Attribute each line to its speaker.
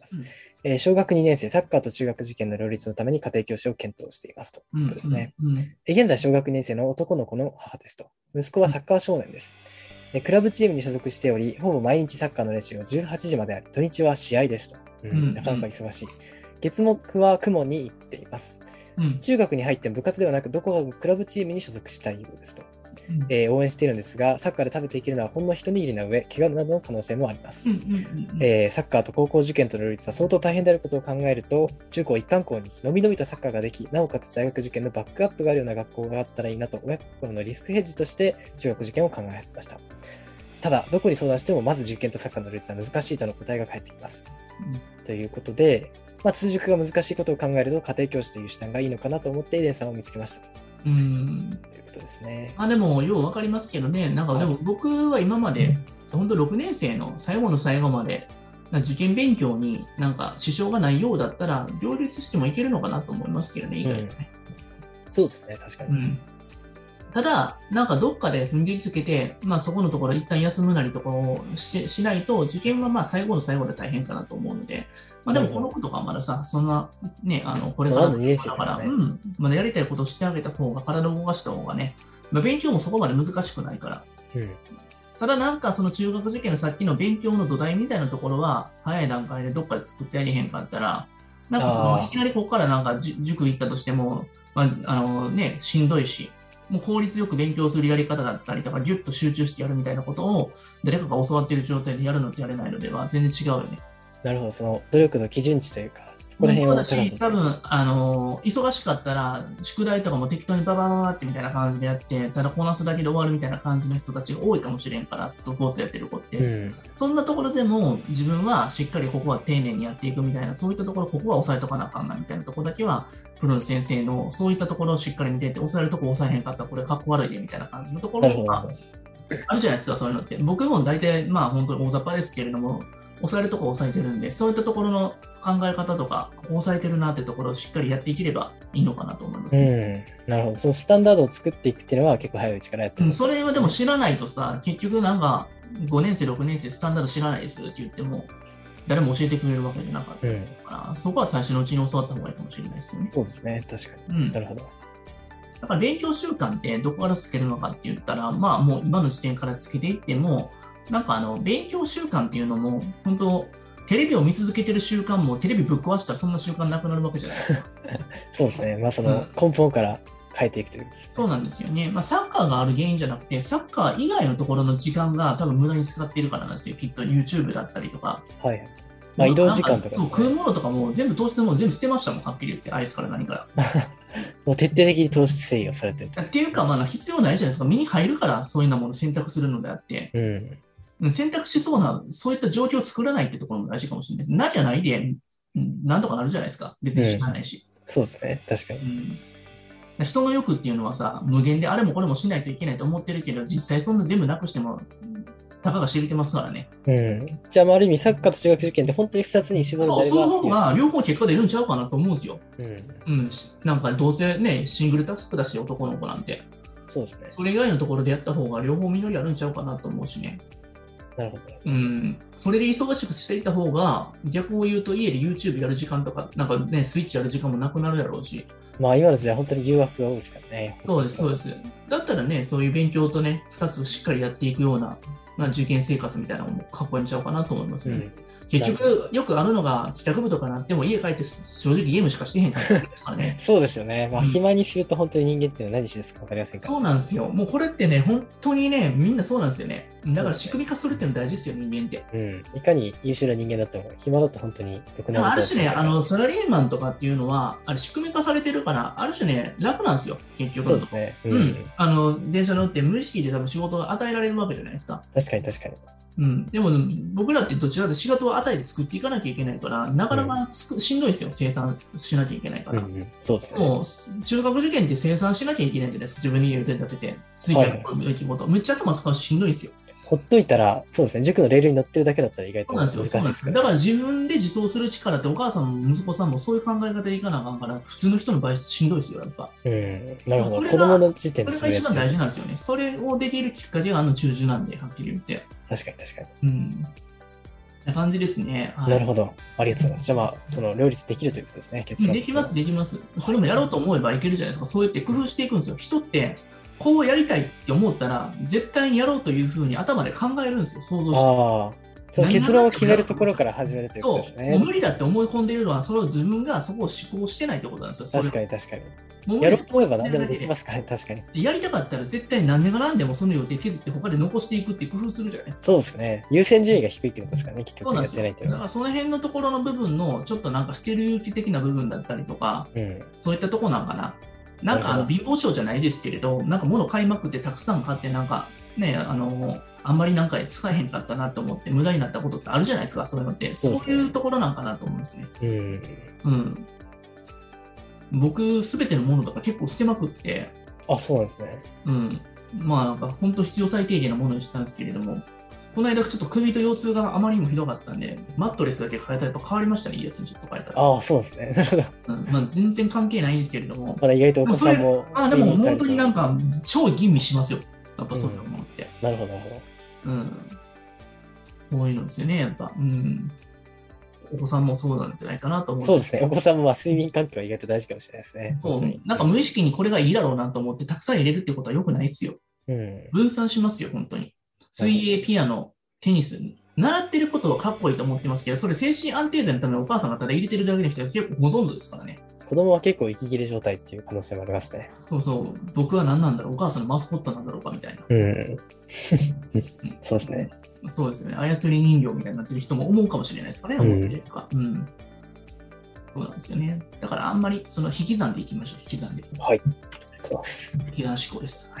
Speaker 1: ます。えー小学2年生、サッカーと中学受験の両立のために家庭教師を検討していますということですね。
Speaker 2: うん
Speaker 1: え現在、小学2年生の男の子の母ですと。息子はサッカー少年です。えクラブチームに所属しており、ほぼ毎日サッカーの練習は18時まであり、土日は試合ですと。うん
Speaker 2: うん
Speaker 1: なかなか忙しい。月木は雲に行っています。
Speaker 2: うん
Speaker 1: 中学に入っても部活ではなく、どこかのクラブチームに所属したいようですと。
Speaker 2: うん
Speaker 1: えー応援しているんですが、サッカーで食べていけるのはほんの一握りな上、怪我などの可能性もあります。
Speaker 2: うんうんうん
Speaker 1: えーサッカーと高校受験との両立は相当大変であることを考えると、中高一貫校にのびのびとサッカーができ、なおかつ大学受験のバックアップがあるような学校があったらいいなと、親心のリスクヘッジとして中学受験を考えました。ただ、どこに相談しても、まず受験とサッカーの両立は難しいとの答えが返ってきます。ということで、まあ、通塾が難しいことを考えると、家庭教師という手段がいいのかなと思って、エデンさんを見つけました。
Speaker 2: うん
Speaker 1: ということですね。
Speaker 2: あでも、ようわかりますけどね、なんかでも僕は今まで、本当6年生の最後の最後まで、なんか受験勉強になんか支障がないようだったら、両立してもいけるのかなと思いますけどね、意外とね。
Speaker 1: そうですね、確か
Speaker 2: う
Speaker 1: に。
Speaker 2: んただ、なんかどっかで踏ん切りつけて、まあ、そこのところ一旦休むなりとかをしてしないと、受験はまあ最後の最後で大変かなと思うので、まあ、でも
Speaker 1: うん
Speaker 2: この子とかはまださ、そんな、ね、あのこれか
Speaker 1: ま
Speaker 2: ら
Speaker 1: あまだ二年生
Speaker 2: だ
Speaker 1: だ
Speaker 2: か、
Speaker 1: からら
Speaker 2: う
Speaker 1: ね
Speaker 2: んまだやりたいことをしてあげた方が、体を動かした方がね、まあ、勉強もそこまで難しくないから、
Speaker 1: うん。
Speaker 2: ただなんかその中学受験のさっきの勉強の土台みたいなところは、早い段階でどっかで作ってやりへんかったら、なんかその
Speaker 1: あー
Speaker 2: いきなりここからなんかじ塾行ったとしても、まああのね、しんどいし、もう効率よく勉強するやり方だったりとか、ぎゅっと集中してやるみたいなことを、誰かが教わっている状態でやるのとやれないのでは全然違うよね。
Speaker 1: なるほど、その努力の基準値というか、そこら辺
Speaker 2: そう
Speaker 1: を
Speaker 2: だ
Speaker 1: 高め
Speaker 2: し、
Speaker 1: て。
Speaker 2: 多分あの忙しかったら、宿題とかも適当にババババってみたいな感じでやって、ただこなすだけで終わるみたいな感じの人たちが多いかもしれんから、スポーツやってる子って。
Speaker 1: うん。
Speaker 2: そんなところでも自分はしっかりここは丁寧にやっていくみたいな、そういったところ、ここは抑えとかなあかんなみたいなところだけは、プロの先生のそういったところをしっかり見てて、抑えるとこ抑えへんかったらこれかっこ悪いでみたいな感じのとこ
Speaker 1: な
Speaker 2: ろ
Speaker 1: るほ
Speaker 2: と
Speaker 1: どな
Speaker 2: か
Speaker 1: るほど。
Speaker 2: あるじゃないですか、そういうのって。僕も大体、まあ本当に大雑把ですけれども、抑えるとこ抑えてるんで、そういったところの考え方とか、抑えてるなってところをしっかりやっていければいいのかなと思います、ね。
Speaker 1: うん、なるほど。そのスタンダードを作っていくっていうのは結構早いうちからやって
Speaker 2: でも
Speaker 1: ます。
Speaker 2: それはでも知らないとさ、結局なんか5年生、6年生スタンダード知らないですって言っても、誰も教えてくれるわけじゃなかったりするから、そこは最初のうちに教わった方がいいかもしれないですよね。
Speaker 1: そうですね、確かに。
Speaker 2: うん、
Speaker 1: な
Speaker 2: だ
Speaker 1: るほど。
Speaker 2: から勉強習慣ってどこからつけるのかって言ったら、まあもう今の時点からつけていっても、なんかあの勉強習慣っていうのも、本当、テレビを見続けてる習慣もテレビぶっ壊したらそんな習慣なくなるわけじゃないですか。
Speaker 1: そうですね、まあそうの
Speaker 2: ん
Speaker 1: 根本から変えていくという。
Speaker 2: そうなんですよね、まあ、サッカーがある原因じゃなくて、サッカー以外のところの時間が多分無駄に使っているからなんですよ、きっと YouTube だったりとか、
Speaker 1: はい。まあ移動時間とか
Speaker 2: そう食うものとかも全部糖質のもの全部捨てましたもん、はっきり言って、アイスから何から。
Speaker 1: もう徹底的に糖質制御されてると。
Speaker 2: っていうか、まあ、必要ないじゃないですか、身に入るからそういうようなものを選択するのであって、
Speaker 1: うん。
Speaker 2: うん選択しそうな、そういった状況を作らないってところも大事かもしれないです。なきゃないで、うんなんとかなるじゃないですか、別に知らないし。
Speaker 1: そうですね、確かに。
Speaker 2: うん、人の欲っていうのはさ、無限であれもこれもしないといけないと思ってるけど、実際そんな全部なくしても、たかが知れてますからね。
Speaker 1: うん。じゃあ、まあ、ある意味、サッカーと中学受験って本当に2つに絞
Speaker 2: そ
Speaker 1: るんだ
Speaker 2: う
Speaker 1: れ
Speaker 2: の方
Speaker 1: ば。
Speaker 2: が両方結果出るんちゃうかなと思うんですよ。
Speaker 1: うん。
Speaker 2: うん、しなんかどうせね、シングルタスクだし、男の子なんて。
Speaker 1: そうですね。
Speaker 2: それ以外のところでやった方が両方実りあるんちゃうかなと思うしね。
Speaker 1: なるほど。
Speaker 2: うん、それで忙しくしていった方が、逆を言うと家で YouTube やる時間とか、なんかね、スイッチやる時間もなくなるやろうし。
Speaker 1: まあ今の時代、本当に誘惑が多いですからね。
Speaker 2: そうです、そうです。だったらね、そういう勉強とね、2つしっかりやっていくような、まあ、受験生活みたいなのもかっこいいんちゃうかなと思います
Speaker 1: う
Speaker 2: ね。
Speaker 1: ん。。
Speaker 2: 結局、よくあるのが、帰宅部とかなっても、家帰って正直ゲームしかしてへんからですからね
Speaker 1: そうですよね。まあ
Speaker 2: うん
Speaker 1: 暇にすると本当に人間っていうのは何してるか分かりませんから。
Speaker 2: そうなんですよ。もうこれってね、本当にね、みんなそうなんですよね。だ
Speaker 1: そう
Speaker 2: か
Speaker 1: で
Speaker 2: ら
Speaker 1: すね
Speaker 2: 仕組み化するっていうの大事ですよ、人間って。
Speaker 1: うん。いかに優秀な人間だっても、暇だと本当に良く
Speaker 2: で
Speaker 1: な
Speaker 2: も
Speaker 1: る
Speaker 2: あ
Speaker 1: こと
Speaker 2: る
Speaker 1: はし
Speaker 2: 種ね、
Speaker 1: ませんか
Speaker 2: あ
Speaker 1: ら
Speaker 2: の、サラリーマンとかっていうのは、あれ仕組み化されてるから、ある種ね、楽なんですよ、結局。
Speaker 1: そうですね。うん。
Speaker 2: うん。あの、電車乗って無意識で多分仕事が与えられるわけじゃないですか。
Speaker 1: 確かに確かに。
Speaker 2: うん、でも僕らってどちらかというと仕事を与えて作っていかなきゃいけないから、なかなかつくしんどいですよ、生産しなきゃいけないか
Speaker 1: うん
Speaker 2: ら。
Speaker 1: うん、そうです
Speaker 2: で
Speaker 1: ね。
Speaker 2: も中学受験って生産しなきゃいけないじゃないですか、自分に予定立てて、ついてこるべきこと、めっちゃ頭使うししんどいですよ。
Speaker 1: ほっといたら、そうですね、塾のレールに乗ってるだけだったら意外
Speaker 2: そ
Speaker 1: と
Speaker 2: うなん
Speaker 1: 難
Speaker 2: ですよ、
Speaker 1: しいで
Speaker 2: そうなんですす
Speaker 1: か
Speaker 2: よだ
Speaker 1: ら。
Speaker 2: から自分で自走する力って、お母さんも息子さんもそういう考え方でいかなあかんから、普通の人の場合、しんどいですよ、やっぱ。
Speaker 1: うん、なるほど。
Speaker 2: それが
Speaker 1: 子供の時点
Speaker 2: そ
Speaker 1: で
Speaker 2: れ
Speaker 1: そ
Speaker 2: が
Speaker 1: れをや
Speaker 2: 一番大
Speaker 1: ってる
Speaker 2: 事なんですよね。それをできるきっかけがあの中受なんで、はっきり言って。
Speaker 1: 確かに確かに。
Speaker 2: うんな感じですね。はい
Speaker 1: なるほど。ありがとうございます。じゃあまあ、その両立できるということですね、結論
Speaker 2: で
Speaker 1: 的
Speaker 2: き
Speaker 1: に
Speaker 2: ます、できます。それもやろうと思えばいけるじゃないですか。そうやって工夫していくんですよ。人って、こうやりたいって思ったら、絶対にやろうというふうに頭で考えるんですよ、想像して。
Speaker 1: ああ。その結論を決めるところから始めるというこ
Speaker 2: そ
Speaker 1: とです
Speaker 2: う、もう
Speaker 1: ね。
Speaker 2: 無理だって思い込んでいるのは、それを自分がそこを思考してないってことなんですよ。それ
Speaker 1: 確かに確かに。
Speaker 2: もう無
Speaker 1: や
Speaker 2: 理
Speaker 1: ろうと思えば何でもできますからね、確かに。
Speaker 2: やりたかったら絶対何でも何でもその予定削って他で残していくって工夫するじゃないですか。
Speaker 1: そうですね。優先順位が低いってことですからね、結
Speaker 2: そう
Speaker 1: 局
Speaker 2: なん
Speaker 1: や
Speaker 2: で
Speaker 1: っ
Speaker 2: す
Speaker 1: て
Speaker 2: よ。
Speaker 1: ない
Speaker 2: だ
Speaker 1: っていう
Speaker 2: か
Speaker 1: のは。
Speaker 2: らその辺のところの部分のちょっとなんかステル勇気的な部分だったりとか、
Speaker 1: うん。
Speaker 2: そういったとこなんかな。なんかあ
Speaker 1: なる
Speaker 2: の
Speaker 1: ほ
Speaker 2: 貧乏症じゃないですけれど、なんか物買いまくってたくさん買って、なんかね、あの、あんまりなんか使えへんかったなと思って無駄になったことってあるじゃないですか、そういうのって。
Speaker 1: そ
Speaker 2: そうう
Speaker 1: ですね
Speaker 2: いうところなんかなと思うんですね。
Speaker 1: うん。
Speaker 2: うん。僕、すべてのものとか結構捨てまくって、
Speaker 1: あ、そうなんですね。
Speaker 2: うん。まあなんか本当必要最低限のものにしてたんですけれども、この間ちょっと首と腰痛があまりにもひどかったんで、マットレスだけ変えたらやっぱ変わりましたね、いいやつにちょっと変えたら。
Speaker 1: ああ、そうですね。 なるほど。
Speaker 2: うんまあ、全然関係ないんですけれども、
Speaker 1: まだ意外とお子さんも。
Speaker 2: あでも
Speaker 1: 水
Speaker 2: 本当
Speaker 1: 分取
Speaker 2: に
Speaker 1: りと
Speaker 2: なんか超吟味しますよ。やっぱそういうのもあって。
Speaker 1: なるほど、なるほ
Speaker 2: うん。そういうのですよね、やっぱ。うん。お子さんもそうなんじゃないかなと思
Speaker 1: ど。
Speaker 2: う。
Speaker 1: そうですね。お子さんもまあ睡眠環境は意外と大事かもしれないですね。
Speaker 2: そ
Speaker 1: 本当に
Speaker 2: う。なんか無意識にこれがいいだろうなと思ってたくさん入れるってことは良くないですよ。
Speaker 1: うん。
Speaker 2: 分散しますよ、本当に。水泳、ピアノ、テニス。習ってることはかっこいいと思ってますけど、それ精神安定剤のためにお母さんがただ入れてるだけの人は結構ほとんどですからね。
Speaker 1: 子供は結構息切れ状態っていう可能性もありますね。
Speaker 2: そうそう。僕は何なんだろう、お母さんのマスコットなんだろうかみたいな。
Speaker 1: うん。 そうですね。
Speaker 2: そうですよね。操り人形みたいになってる人も思うかもしれないですからね、
Speaker 1: うん
Speaker 2: 思ってるとか。うん。そうなんですよね。だからあんまりその引き算でいきましょう、引き算で。
Speaker 1: はい。そうです。
Speaker 2: 引き算思考です。はい。